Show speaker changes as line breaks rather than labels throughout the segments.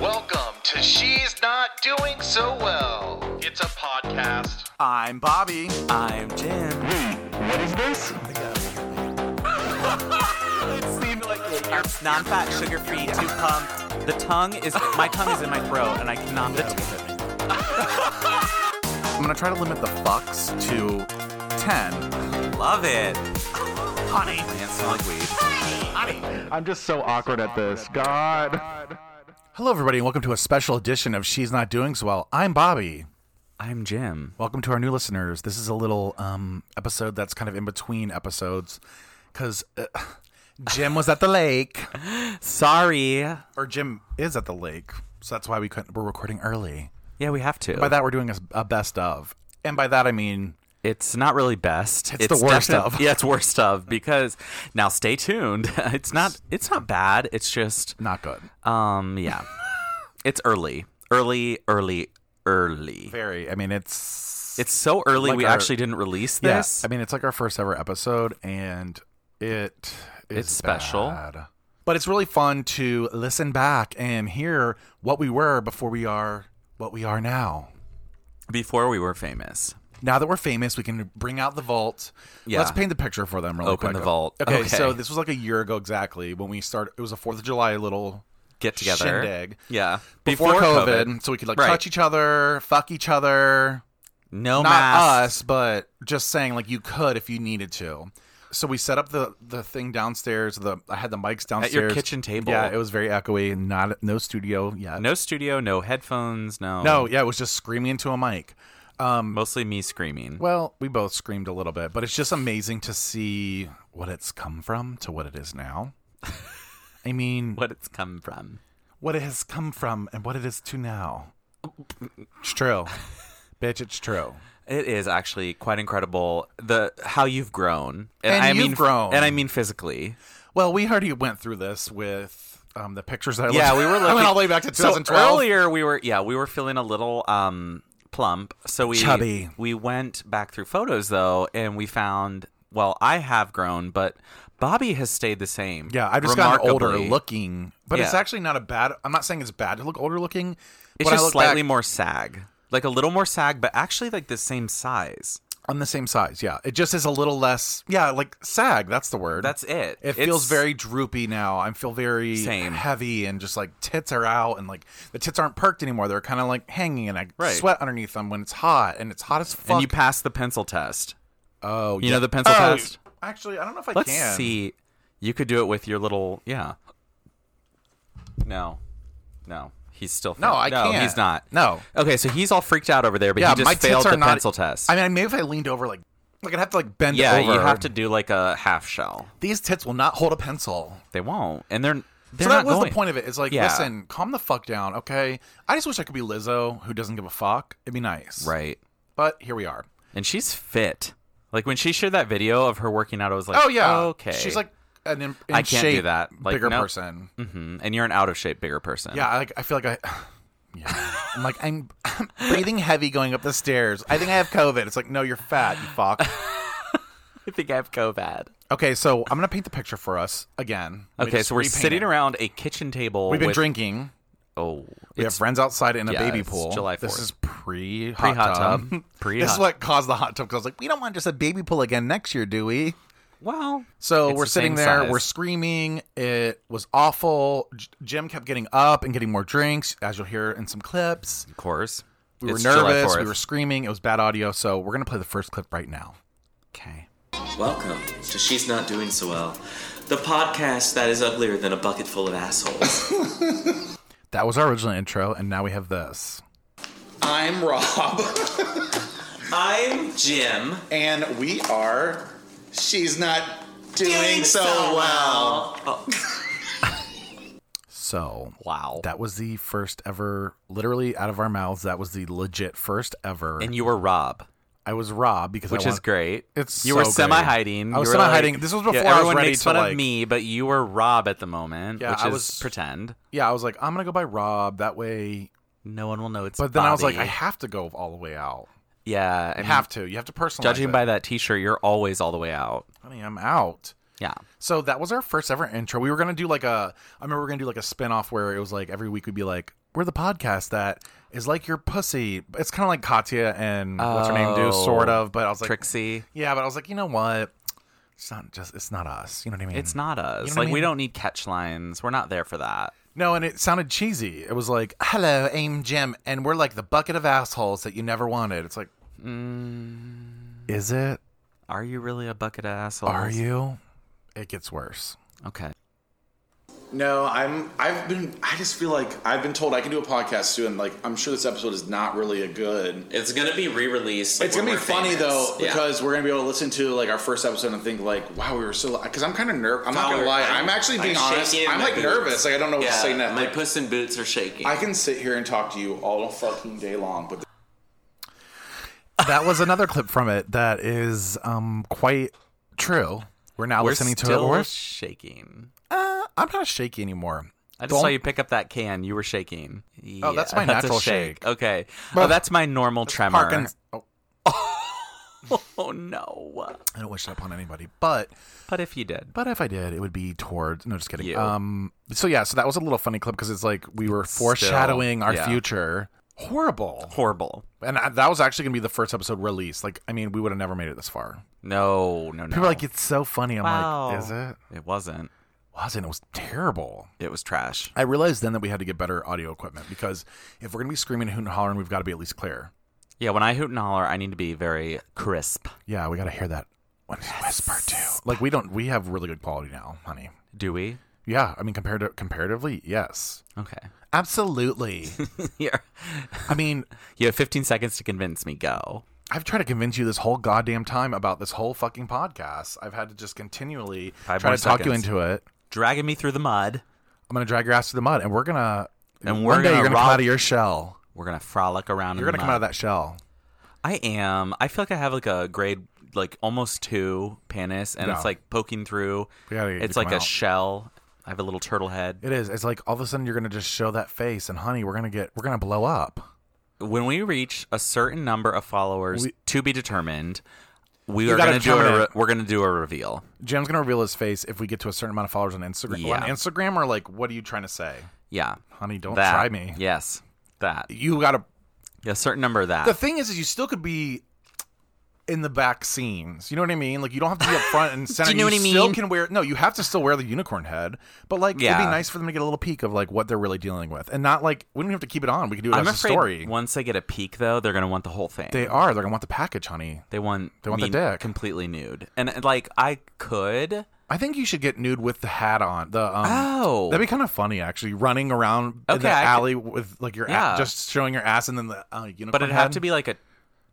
Welcome to She's Not Doing So Well. It's a podcast.
I'm Bobby.
I'm Jim.
What is this? it seemed like
It's non-fat, sugar-free, two pump. The tongue is my tongue is in my throat, and I cannot. The
I'm gonna try to limit the fucks to ten.
love it.
Honey.
Man, smell like weed.
I'm just so awkward at this. God.
Hello, everybody, and welcome to a special edition of She's Not Doing So Well. I'm Bobby.
I'm Jim.
Welcome to our new listeners. This is a little um, episode that's kind of in between episodes because uh, Jim was at the lake,
Sorry.
or Jim is at the lake, so that's why we couldn't. We're recording early.
Yeah, we have to.
By that, we're doing a, a best of, and by that I mean
it's not really best.
It's the worst
defi-
of.
Yeah, it's worst of because now stay tuned. It's not. It's not bad. It's just.
not good.
Um. Yeah. It's early. Early. Early. Early.
Very. I mean, it's
It's so early.
Like
we
our-
actually didn't release
Yeah,
this.
I mean, it's like our first ever episode, and it is
It's special.
bad. But it's really fun to listen back and hear what we were before we are what we are now.
Before we were famous.
Now that we're famous, we can bring out the vault.
Yeah.
Let's paint the picture for them really
Open
quick.
the vault.
Okay,
Okay.
so this was like a year ago exactly when we started. It was a 4th of July little
Get together.
Shindig.
Yeah.
Before, COVID, So we could like
Right.
touch each other, fuck each other,
No
not
mask.
us, but just saying like you could if you needed to. So we set up the the thing downstairs. The I had the mics downstairs
kitchen table.
Yeah, it was very echoey. and Not no studio yet.
No studio, no headphones, no.
no, yeah, it was just screaming into a mic.
Mostly me screaming.
Well, we both screamed a little bit, but it's just amazing to see what it's come from to what it is now. I mean,
What it's come from.
what it has come from and what it is to now. It's true, bitch. It's true.
It is actually quite incredible the how you've grown.
And
I
you've
mean
grown.
And I mean physically.
Well, we already went through this with um, the pictures that I
Yeah,
looked-
we were looking
I went all the way back to 2012.
So earlier we were yeah, we were feeling a little um plump. So we
Chubby.
we went back through photos though and we found well, I have grown, but Bobby has stayed the same.
Yeah, I've just gotten older
remarkably.
looking, but it's
Yeah.
actually not a bad. I'm not saying it's bad to look older looking.
It's
but I
just
look
slightly
back-
more sag. Like a little more sag, but actually like the same size.
I'm the same size. Yeah, it just is a little less. Yeah, like sag. That's the word.
That's it.
It feels
It's-
very droopy now. I feel very
Same.
heavy and just like tits are out and like the tits aren't perked anymore. They're kind of like hanging and I
Right.
sweat underneath them when it's hot and it's hot as fuck.
and you pass the pencil test.
oh,
You
yeah.
know the pencil
Oh,
test.
Actually, I don't know if I
Let's
can.
see. You could do it with your little yeah. No, no, he's still
No, I can't.
He's not.
No.
Okay, so he's all freaked out over there, but
Yeah,
he just
my
failed
tits are
the
not
pencil test.
I mean, maybe if I leaned over, like, like I'd have to like bend
yeah,
over.
you have to do like a half shell.
These tits will not hold a pencil.
They won't, and they're they're
so that
not
was
going.
the point of it. It's like,
Yeah.
listen, calm the fuck down, okay? I just wish I could be Lizzo, who doesn't give a fuck. It'd be nice,
right?
But here we are.
And she's fit. Like when she shared that video of her working out, I was like,
Oh yeah,
okay."
She's like an in, in
I can't do
shape,
that. Like,
bigger
no.
person.
hmm and you're an out of shape bigger person.
Yeah, I, like I feel like I. Yeah. I'm like I'm breathing heavy going up the stairs. I think I have COVID. It's like no, you're fat, you fuck.
I think I have COVID.
Okay, so I'm gonna paint the picture for us again. Let me
Okay,
just
so we're
repaint
sitting
it.
around a kitchen table.
We've been
with-
drinking.
Oh,
We have friends outside in a
yeah,
baby
it's
pool.
July
This
4th.
is pre
pre hot
hot
tub. Pre
This is what caused the hot tub because I was like, we don't want just a baby pool again next year, do we?
Well,
So
It's
we're
the
sitting
same
there,
size.
we're screaming. It was awful. J- Jim kept getting up and getting more drinks, as you'll hear in some clips.
of course.
We were
It's July
nervous,
4th.
we were screaming. It was bad audio, so we're gonna play the first clip right now.
okay.
Welcome to She's Not Doing So Well, the podcast that is uglier than a bucket full of assholes.
That was our original intro, and now we have this.
I'm Rob,
I'm Jim.
and we are. She's not doing, so, well.
So
Wow.
that was the first ever, literally out of our mouths. That was the legit first ever.
and you were Rob,
I was Rob because
which
I
is
want-
great.
It's
you
so
were
great.
semi hiding.
I was semi-hiding. This was before I
yeah,
was
everyone
ready
makes
to,
fun
like-
of me, but you were Rob at the moment,
Yeah,
which
I
is
was-
pretend.
Yeah, I was like, I'm gonna go by Rob. That way,
No one will know it's.
But then I was like,
Bobby.
I have to go all the way out.
yeah, I
I
mean,
have to. You have to personalize.
judging by
it.
that T-shirt, you're always all the way out.
honey, I'm out.
Yeah.
So that was our first ever intro. We were gonna do like a I remember we are gonna do like a spin-off where it was like every week we'd be like, We're the podcast that is like your pussy. It's kinda like Katya and what's her name do,
Oh.
sort of, but I was like mm.
Trixie.
Yeah, but I was like, you know what? It's not just it's not us. You know what I mean?
It's not us.
know what I
like we
mean?
don't need catch lines. We're not there for that.
No, and it sounded cheesy. It was like, Hello, aim Jim, and we're like the bucket of assholes that you never wanted. It's like Is
Mm,
it?
Are you really a bucket of assholes?
Are you? It gets worse.
Okay.
No, I'm. I've been. I just feel like I've been told I can do a podcast too, and like I'm sure this episode is not really a good.
It's gonna be re-released.
It's gonna be
when we're
funny
famous.
though
Yeah.
because we're gonna be able to listen to like our first episode and think like, wow, we were so. Because I'm kind of nervous. I'm not gonna
Dollar,
lie. I'm, actually being
shaking
honest.
in
I'm
my
like
boots.
nervous. Like I don't know what
yeah,
to say next.
My
Like,
puss in boots are shaking.
I can sit here and talk to you all fucking day long, but
that was another clip from it that is um quite true. We're now
We're
listening to it.
still
We're,
shaking.
uh, I'm not shaky anymore.
I just
Don't- Oh,
saw you pick up that can. You were shaking. Yeah,
that's my
a
natural
shake.
shake.
Okay.
Well,
oh, that's my normal tremor.
Parkins- Oh,
Oh no.
I don't wish that upon anybody, but
But if you did,
but if I did, it would be towards. No, just kidding.
You.
Um. So yeah, so that was a little funny clip because it's like we were foreshadowing our
yeah.
future. Horrible.
horrible.
And I, that was actually gonna be the first episode released. Like, I mean, we would have never made it this far.
No, no, no.
People are like, it's so funny. I'm
wow.
like, is it?
It wasn't.
Wasn't it was terrible.
It was trash.
I realized then that we had to get better audio equipment because if we're gonna be screaming, hoot and hollering, we've got to be at least clear.
Yeah, when I hoot and holler, I need to be very crisp.
Yeah, we gotta hear that when it's whisper too. Like we don't, we have really good quality now, honey.
Do we?
Yeah, I mean compared to comparatively, yes,
Okay.
absolutely.
Here.
I mean,
You have 15 seconds to convince me. Go.
I've tried to convince you this whole goddamn time about this whole fucking podcast. I've had to just continually
Five
try
more
to talk you
seconds.
into it.
Dragging me through the mud.
I'm gonna drag your ass to the mud, and we're gonna.
And
one
we're
day
gonna
you're gonna come
rock-
out of your shell.
We're going to frolic around
You're
in the
gonna come
mud.
out of that shell.
I am. I feel like I have like a grade, like almost two penis, and
No.
it's like poking through.
We gotta get you
It's
to
like
come
a
out.
shell. I have a little turtle head.
It is. It's like all of a sudden you're gonna just show that face, and honey, we're gonna get, we're gonna blow up.
When we reach a certain number of followers
We-
to be determined, we
You
are
gotta
going to do
determine
a re-
it.
we're going to do a reveal.
Jim's gonna reveal his face if we get to a certain amount of followers on Instagram.
Yeah.
On Instagram, or like, what are you trying to say,
Yeah.
honey? Don't
that.
try me.
Yes. That.
You gotta.
A certain number of that.
The thing is, is you still could be in the back scenes. You know what I mean? Like, you don't have to be up front and center.
you know what I
Still
mean?
can wear. No, you have to still wear the unicorn head. But like, it'd
Yeah.
be nice for them to get a little peek of like what they're really dealing with, and not like we don't have to keep it on. We can do it
I'm
as
afraid
a story.
once they get a peek, though, they're going to want the whole thing.
they are. They're gonna want the package, honey.
They want
They want
me
the dick.
completely nude, and uh, like I could.
I think you should get nude with the hat on. The um,
Oh.
that'd be kind of funny actually, running around in the
Okay, I could-
alley with like your a-
Yeah.
just showing your ass and then the uh, unicorn.
But it'd
head.
have to be like a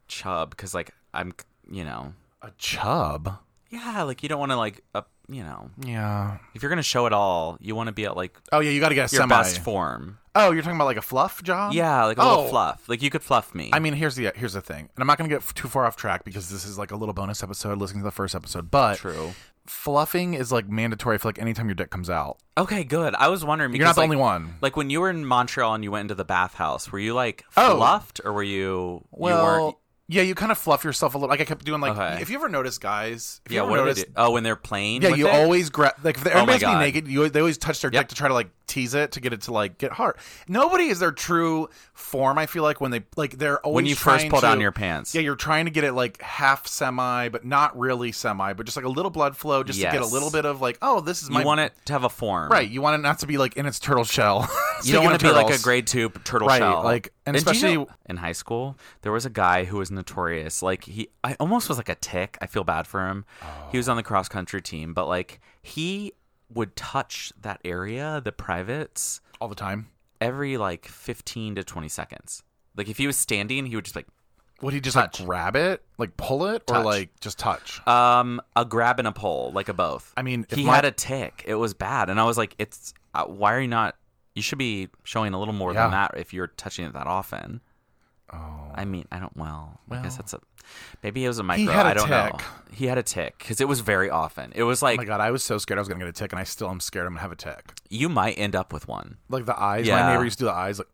chub because, like, I'm, you know,
a chub.
yeah, like you don't want to like, up, you know,
Yeah.
if you're gonna show it all, you want to be at like
Oh yeah, you got to get a
your
semi.
best form.
oh, you're talking about like a fluff job?
Yeah, like a
Oh.
little fluff. Like you could fluff me.
I mean, here's the here's the thing, and I'm not gonna get f- too far off track because this is like a little bonus episode. Listening to the first episode, but
true.
fluffing is like mandatory for like anytime your dick comes out.
Okay, good. I was wondering. Because,
You're not the
like-
only one.
Like when you were in Montreal and you went into the bathhouse, were you like
Oh.
fluffed or were you? you weren't,
Well, yeah, you kind of fluff yourself a little. Like I kept doing like
Okay.
if you ever notice guys, if
yeah.
you ever
What did
notice,
they do? Oh, when they're playing.
Yeah,
with
you
it? Oh
always grab like if the- everybody's
God.
being naked, you they always touch their
Yep.
dick to try to like tease it to get it to like get hard. Nobody is their true form. I feel like when they like they're always
you first
trying
pull down
to-
your pants.
Yeah, you're trying to get it like half semi, but not really semi, but just like a little blood flow, just to get a
Yes.
little bit of like, oh, this is
You
my
want it to have a form,
right. You want it not to be like in its turtle shell.
You don't want to be like a
great.
grade two turtle
Right,
shell,
like- and
do you
especially-
know- in high school, there was a guy who was notorious. Like he, I almost was like a tick. I feel bad for him. He was on the cross country team, but like he would touch that area, the privates,
all the time.
every like fifteen to twenty seconds. Like if he was standing, he would just like
Would he just
Touch.
like grab it, like pull it, or
Touch.
like just touch? Oh
um a grab and a pull, like a both.
I mean, if
he
my-
had a tick. It was bad, and I was like, it's uh, why are you not? You should be showing a little more
Yeah.
than that if you're touching it that often. Oh. I mean, I don't. Well, I guess that's a. Maybe it was a micro.
had a
I don't know.
tick.
He had a tick because it was very often. It was
oh
like
my god, I was so scared I was gonna get a tick, and I still am scared I'm gonna have a tick.
you might end up with one.
like the eyes. My
Yeah.
neighbor used to do the eyes. Like,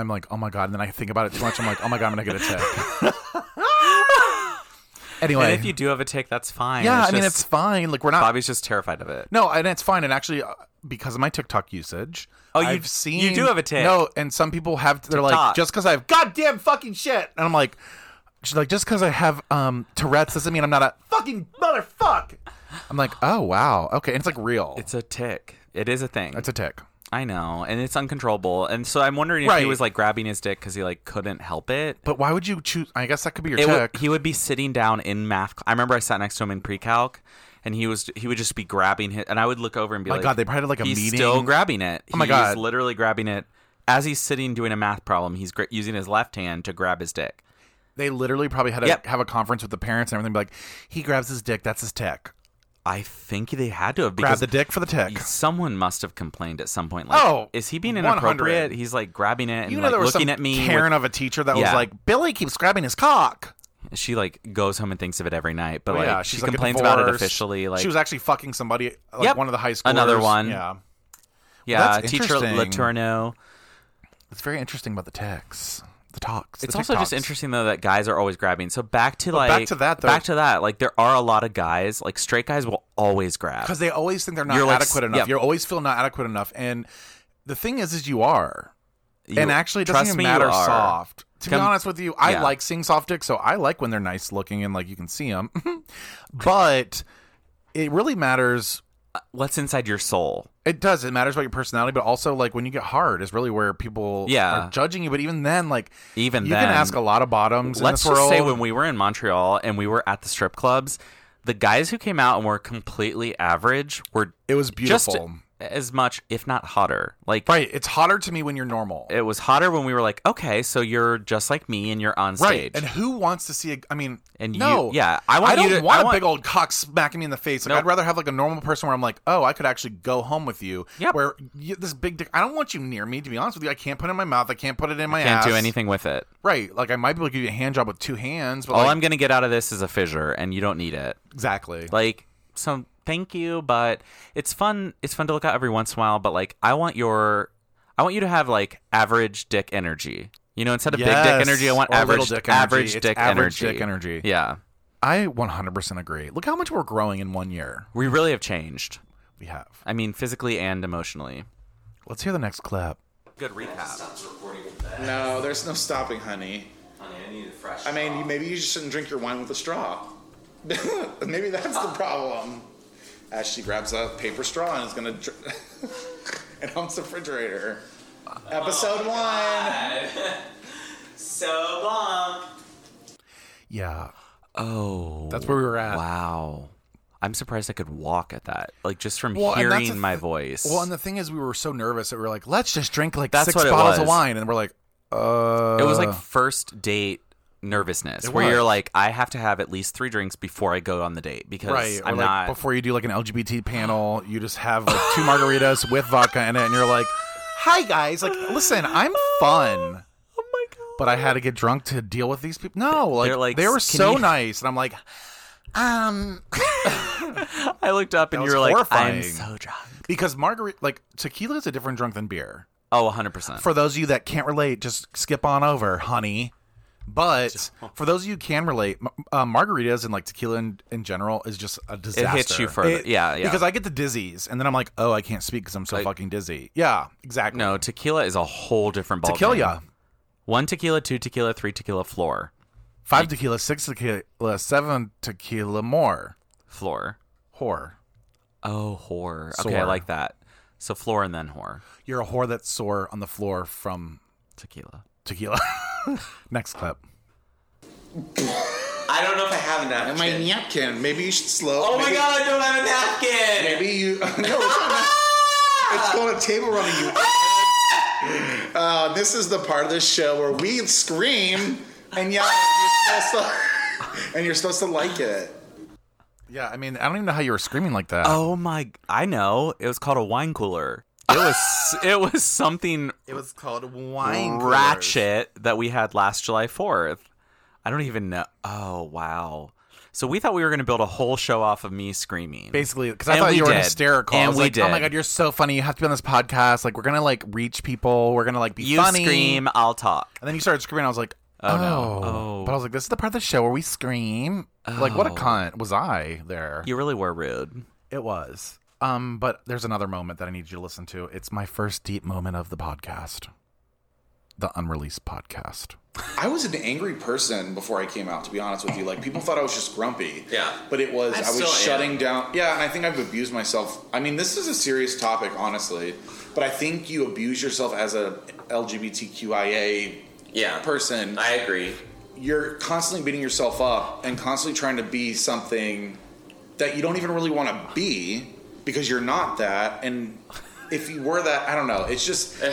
I'm like, oh my god. And then I think about it too much. I'm like, oh my god, I'm gonna get a tick. Anyway,
And if you do have a tick, that's fine.
yeah, I mean
just-
it's fine. Like we're not
Bobby's just terrified of it.
No, and it's fine. And actually, uh, because of my TikTok usage,
Oh, you-
I've seen
you do have a tick.
No, and some people have. They're like,
TikTok.
just because I have goddamn fucking shit, and I'm like, she's like, just because I have um Tourette's doesn't mean I'm not a fucking motherfuck. I'm like, oh wow, okay, and it's like real. It's,
It's a tick. It is a thing.
a tick.
I know, and it's uncontrollable. And so I'm wondering if
Right.
he was like grabbing his dick because he like couldn't help it.
But why would you choose? I guess that could be your
It would-
tick.
he would be sitting down in math. cl- I remember I sat next to him in pre-calc, and he was he would just be grabbing his, and I would look over and be
My
like,
God, they probably had, like, a
he's
meeting."
still grabbing it.
Oh my
he's
God.
literally grabbing it as he's sitting doing a math problem. He's gra- using his left hand to grab his dick.
they literally probably had to
Yep.
have a conference with the parents and everything. Be like, he grabs his dick. That's his tick.
I think they had to have
Grab
because
the dick for the tick.
Someone must have complained at some point. Like,
Oh,
is he being
100.
inappropriate? He's like grabbing it and
You know
like
there was
looking
some
at me.
Karen
with-
of a teacher that was
Yeah.
like, Billy keeps grabbing his cock.
she like goes home and thinks of it every night, but
Oh,
like
yeah,
she
she's like,
complains about it
divorced.
officially. Like
she was actually fucking somebody, like
Yep.
one of the high schoolers.
Another one.
Yeah,
yeah,
that's
teacher
interesting.
Letourneau.
it's very interesting about the texts, the talks. the
It's also just
TikToks.
interesting though that guys are always grabbing. So back to like
back to that, though.
Back to that. Like there are a lot of guys. Like straight guys will always grab.
because they always think they're not
You're like-
adequate enough.
yep.
You always feel not adequate enough, and the thing is, is you are.
You-
and actually, it doesn't
trust
even
me, you
matter
are.
soft. To
Come-
be honest with you, I
Yeah.
like seeing soft dicks, so I like when they're nice looking and like you can see them. but it really matters.
What's inside your soul?
It does. It matters about your personality, but also like when you get hard is really where people
Yeah.
are judging you. But even then, like
Even
you
then-
can ask a lot of bottoms.
Let's
in this
just
world.
say when we were in Montreal and we were at the strip clubs, the guys who came out and were completely average were
It was
just
beautiful.
as much, if not hotter. Like
right. It's hotter to me when you're normal.
it was hotter when we were like, okay, so you're just like me and you're on stage.
right. And who wants to see a I mean
And you-
no.
yeah, I want
I don't
you to-
want
I
a
want-
big old cock smacking me in the face. Like
No.
I'd rather have like a normal person where I'm like, "Oh, I could actually go home with you."
Yep.
Where you, this big dick I don't want you near me to be honest with you. I can't put it in my mouth. I can't put it in my
Can't do
ass.
anything with it.
Right. Like I might be able to give you a hand job with two hands, but
All
like,
I'm gonna get out of this is a fissure, and you don't need it.
exactly.
Like, so thank you, but it's fun. It's fun to look at every once in a while. But like, I want your, I want you to have like average dick energy. You know, instead of big
Yes.
dick energy, I want
Or little
average
dick energy.
average
It's
dick
average
energy.
dick energy.
Yeah,
I 100% agree. Look how much we're growing in 1 year.
we really have changed.
We have.
I mean, physically and emotionally.
Let's hear the next clip.
Good recap.
No, there's no stopping, honey.
Honey, I need a fresh.
I mean, you- maybe you just shouldn't drink your wine with a straw. maybe that's the problem. As she grabs a paper straw and is gonna dr- and humps the refrigerator.
Oh,
Episode one.
so bomb.
Yeah.
Oh,
That's where we were at.
wow. I'm surprised I could walk at that. Like just from
Well, and that's
hearing
the
my
thi-
voice.
Well, and the thing is, we were so nervous that we were like, let's just drink like
That's
six
what it
bottles of
was.
wine, and we're like, uh,
It was like first date nervousness,
It
where you're
was.
like, I have to have at least three drinks before I go on the date because
right. or
I'm
like,
not.
before you do like an LGBT panel, you just have like two margaritas with vodka in it, and you're like, hi guys, like listen, I'm fun.
oh my god!
But I had to get drunk to deal with these people. No, like,
They're like,
they were
"Can
so
you-"
nice, and I'm like, um,
I looked up and
That
you were
was
like,
horrifying.
I'm so drunk.
because margarita, like tequila is a different drunk than beer.
Oh, 100 percent.
for those of you that can't relate, just skip on over, honey. But for those of you who can relate, m- uh, margaritas and like tequila in, in general is just a disaster.
hits you further. Yeah, yeah.
Because I get the dizzies, and then I'm like, oh, I can't speak because I'm so
Like-
fucking dizzy. Yeah, exactly.
No, tequila is a whole different ball.
tequila,
game. One tequila, two tequila, three tequila, floor,
five tequila, six tequila, uh, seven tequila more.
floor.
Whore,
Oh, whore. Okay, I
Sore.
like that. So floor and then whore.
you're a whore that's sore on the floor from
Tequila.
tequila. Next clip.
I don't know if I have a napkin.
My napkin. Maybe you should slow.
oh my
maybe-
god, I don't have a napkin.
Maybe you. No, it's, not, it's called a table running. You. Uh, this is the part of the show where we scream and yell. You're supposed to, and you're supposed to like it.
Yeah, I mean, I don't even know how you were screaming like that.
Oh my! I know. It was called a wine cooler. It was. it was something
It was called wine.
ratchet that we had last July 4th. I don't even know. Oh, wow. So we thought we were going to build a whole show off of me screaming.
basically because I
And
thought
we
you were
did.
hysterical. I
And
was
we
like, Oh my
did.
god, you're so funny. You have to be on this podcast. Like we're gonna like reach people. We're gonna like be
you
funny.
scream, I'll talk.
and then you started screaming. I was like,
Oh, no. Oh.
But I was like, this is the part of the show where we scream. Like, what a cunt was I there?
You really were rude.
It was. Um, but there's another moment that I need you to listen to. It's my first deep moment of the podcast, the unreleased podcast.
I was an angry person before I came out, to be honest with you. Like people thought I was just grumpy.
Yeah.
But it was
I
I,
still am.
was shutting down yeah, and I think I've abused myself. I mean, this is a serious topic, honestly. But I think you abuse yourself as a LGBTQIA
Yeah.
person.
I agree.
You're constantly beating yourself up and constantly trying to be something that you don't even really want to be because you're not that and if you were that, I don't know. It's just
Eh.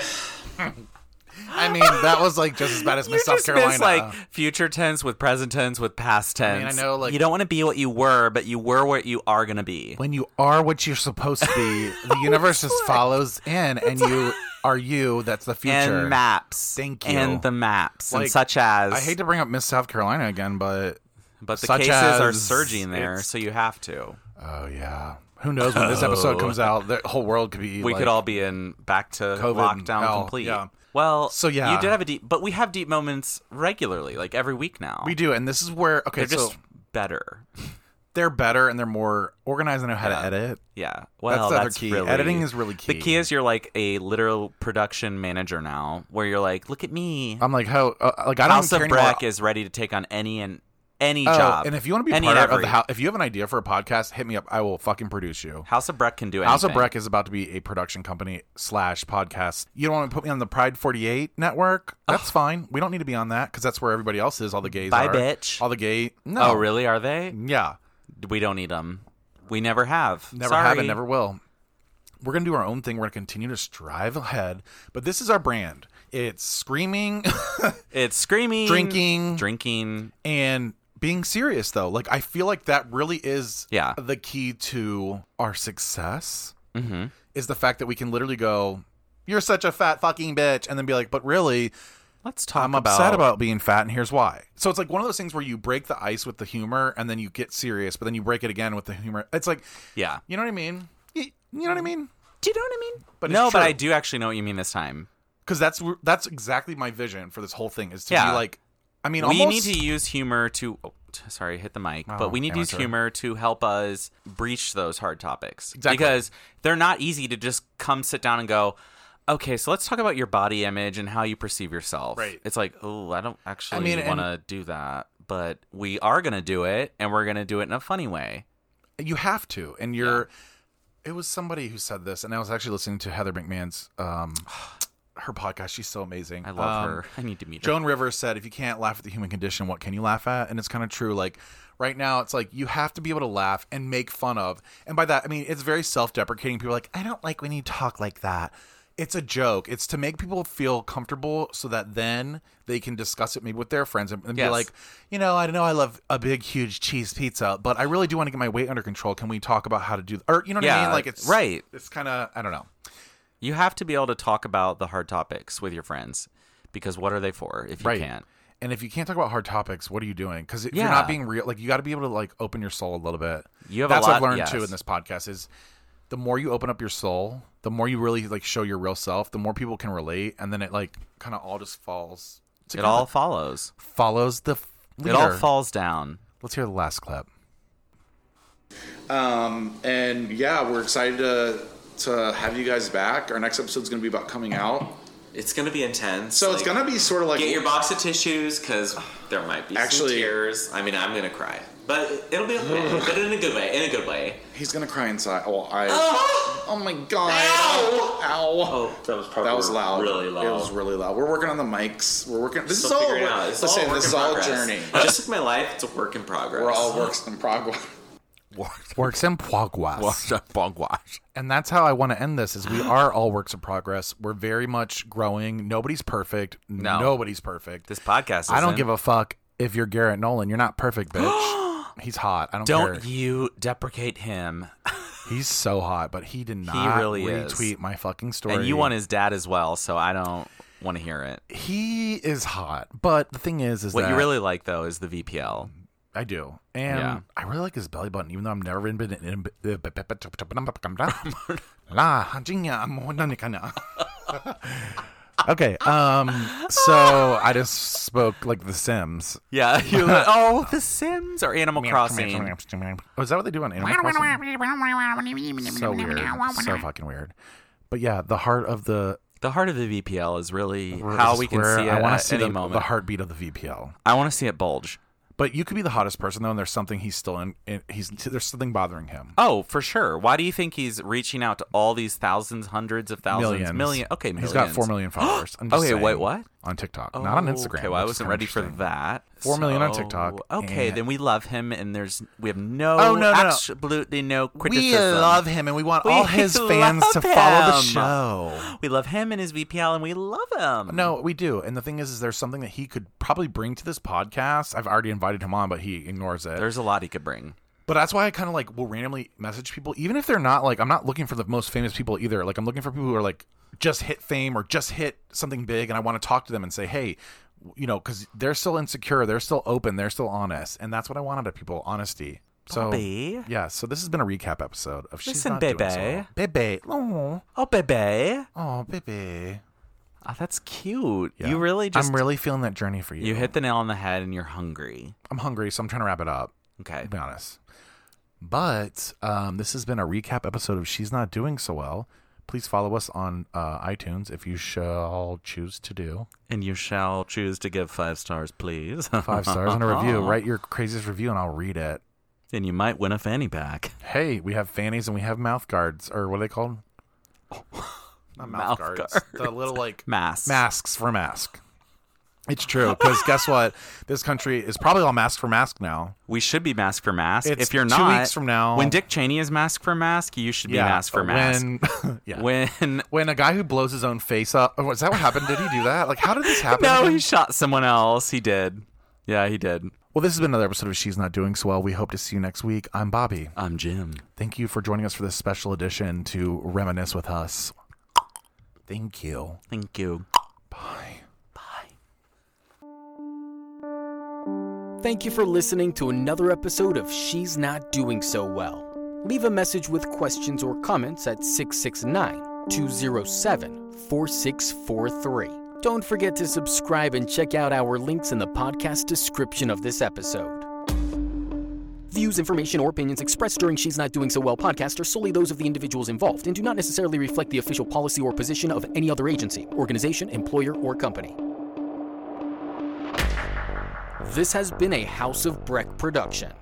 I mean, that was like just as bad as my
You
South
just
Carolina.
miss, like future tense with present tense with past tense.
mean, I know, like-
you don't want to be what you were, but you were what you are gonna be.
when you are what you're supposed to be, the universe just follows in, and you are you. That's the future.
And maps.
Thank you.
And the maps and
Like,
such as.
I hate to bring up Miss South Carolina again, but
but the
such
cases are
as-
surging there,
it's-
so you have to.
oh yeah, who knows when this episode comes out? The whole world could be.
Oh. we
like-
could all be in back to
COVID and
lockdown
hell,
complete.
yeah.
Well,
So, yeah.
you did have a deep, but we have deep moments regularly, like every week now.
We do, and this is where okay,
They're
so
just better.
they're better and they're more organized and know how
Yeah.
to edit.
Yeah. Well,
the
that's,
other key.
really
Editing is really key.
The key is you're like a literal production manager now, where you're like, look at me.
I'm like, how? Uh, like, I don't
House
care
of Breck
anymore.
is ready to take on any and any
Oh,
job.
and if you want to be
Any
part
and
of
every.
the house, if you have an idea for a podcast, hit me up. I will fucking produce you.
House of Breck can do anything.
House of Breck is about to be a production company slash podcast. You don't want to put me on the Pride 48 network? That's fine. We don't need to be on that because that's where everybody else is. All the gays
Bye,
are.
bitch.
All the gay. No.
Oh, really? Are they?
Yeah.
We don't need them. We never have.
Never
Sorry.
have and never will. We're going to do our own thing. We're going to continue to strive ahead. But this is our brand. It's screaming
It's screaming,
Drinking.
drinking.
and being serious, though. Like, I feel like that really is
Yeah.
the key to our success
Mm-hmm.
is the fact that we can literally go, you're such a fat fucking bitch. And then be like, but really,
Let's talk
I'm upset about being fat, and here's why. So it's like one of those things where you break the ice with the humor, and then you get serious, but then you break it again with the humor. It's like,
Yeah.
you know what I mean? You, you know what I mean?
Do you know what I mean?
But it's
no, but
true.
I do actually know what you mean this time.
Because that's that's exactly my vision for this whole thing is to
Yeah.
be like, I mean,
we
almost,
need to use humor to. Oh, t- sorry, hit the mic.
Oh,
but we need to use
amateur.
humor to help us breach those hard topics
Exactly.
because they're not easy to just come sit down and go. Okay, so let's talk about your body image and how you perceive yourself.
Right.
It's like, oh, I don't actually
mean, and-
want to do that, but we are going to do it, and we're going to do it in a funny way.
you have to, and you're. It was somebody who said this, and I was actually listening to Heather McMahon's um, her podcast. She's so amazing.
I love
Um,
her. I need to meet her.
Joan Rivers said, if you can't laugh at the human condition, what can you laugh at? And it's kind of true. Like right now, it's like you have to be able to laugh and make fun of. And by that, I mean, it's very self deprecating. People are like, I don't like when you talk like that. It's a joke. It's to make people feel comfortable so that then they can discuss it maybe with their friends and, and be
Yes.
like, you know, I know I love a big, huge cheese pizza, but I really do want to get my weight under control. Can we talk about how to do, or you know what I
Yeah,
mean? Like it's
right.
It's kind of, I don't know.
You have to be able to talk about the hard topics with your friends because what are they for if you
Right.
can't?
And if you can't talk about hard topics, what are you doing? Because if you're
Yeah.
not being real, like you got to be able to like open your soul a little bit.
You have a
that's what I've
lot-
learned too
yes.
in this podcast is the more you open up your soul, the more you really like show your real self, the more people can relate, and then it like kind of all just falls.
It all follows.
follows the f- leader.
It all falls down.
Let's hear the last clip.
Um, and yeah, we're excited to to have you guys back. Our next episode's going to be about coming out.
It's gonna be intense.
So it's
Like,
going to be sort of like
get your box of tissues because there might be
Actually- Hmm.
some tears. I mean, I'm gonna cry, but it'll be okay. but in a good way. In a good way.
he's going to cry inside. Oh, I
Oh,
Oh my god.
Ow!
Ow.
that was probably
That was loud.
Really loud.
It was really loud. We're working on the mics. We're working. This
Still
is all.
figuring
a
it
work-
out. It's
Listen,
all a work
this
in
is all a
progress.
journey.
Just like my life, it's a work in progress.
We're all works in progress.
Works in progress. And that's how I want to end this is we are all works in progress. We're very much growing. Nobody's perfect.
No.
Nobody's perfect.
This podcast.
I don't give a fuck if you're Garrett Nolan. You're not perfect, bitch. He's hot. I don't,
Don't
care.
you deprecate him?
He's so hot, but he did not
really is.
retweet my fucking story.
And you want his dad as well, so I don't want to hear it.
He is hot, but the thing is, is
What
that
you really like though is the VPL.
I do, and
Yeah.
I really like his belly button, even though I've never been been. in- La, Jinja, I'm more than a kinda. Okay. Um. So I just spoke like The Sims.
Yeah. You're like, oh, The Sims or Animal Crossing.
Oh, is that what they do on Animal Crossing? So weird. So fucking weird. But yeah, the heart of the
The heart of the VPL is really how we can
where
see it
I wanna
at
see
any
the,
moment.
the heartbeat of the VPL.
I want to see it bulge.
But you could be the hottest person though, and there's something he's still in. in he's there's something bothering him.
Oh, for sure. Why do you think he's reaching out to all these thousands, hundreds of thousands,
Millions.
million? Okay, millions.
He's got four million followers. I'm just
Okay,
saying,
wait, what?
On TikTok, not on
Oh,
Instagram.
Okay, well, I
which is
wasn't
kinda
ready for
interesting.
that.
Four
Four million
million on TikTok,
Okay,
and-
then we love him, and there's we have no,
Oh, no, no, no.
absolutely no
We
criticism.
love him, and we want
um, We
all his fans to
love
follow the
him.
show.
We love him and his VPL, and we love him.
No, we do. And the thing is, is there's something that he could probably bring to this podcast. I've already invited him on, but he ignores it.
there's a lot he could bring.
but that's why I kind of like will randomly message people, even if they're not like I'm not looking for the most famous people either. Like I'm looking for people who are like just hit fame or just hit something big, and I want to talk to them and say, hey, you know, because they're still insecure, they're still open, they're still honest, and that's what I want out of people: honesty. So
Oh, Bobby.
yeah, so this has been a recap episode of She's
Listen,
Not Doing
baby.
So Well. Baby, oh,
Oh, baby.
oh, baby.
Oh, that's cute.
Yeah.
You really just
I'm really feeling that journey for you.
you hit the nail on the head, and you're hungry.
I'm hungry, so I'm trying to wrap it up.
Okay.
to be honest. But um, this has been a recap episode of She's Not Doing So Well. Please follow us on uh, iTunes if you shall choose to do.
And you shall choose to give five stars, please.
Five stars and a review. Write your craziest review and I'll read it.
And you might win a fanny pack.
Hey, we have fannies and we have mouth guards, or what are they called? Not mouth,
Mouth
guards.
guards.
The little like
Mass.
masks for mask. It's true because guess what? This country is probably all mask for mask now.
We should be mask for mask.
It's
if you're
two
not,
weeks from now.
when Dick Cheney is mask for mask, you should be mask for mask.
When, yeah.
When
when a guy who blows his own face up oh, is that what happened did he do that like how did this happen
no,
again?
he shot someone else. He did. Yeah, he did.
well this has been another episode of she's not doing so well we hope to see you next week i'm bobby
I'm Jim.
thank you for joining us for this special edition to reminisce with us thank you
Thank you.
bye
Thank you for listening to another episode of She's Not Doing So Well. Leave a message with questions or comments at 669 207 4643. Don't forget to subscribe and check out our links in the podcast description of this episode. Views, information, or opinions expressed during She's Not Doing So Well podcast are solely those of the individuals involved and do not necessarily reflect the official policy or position of any other agency, organization, employer, or company. This has been a House of Breck production.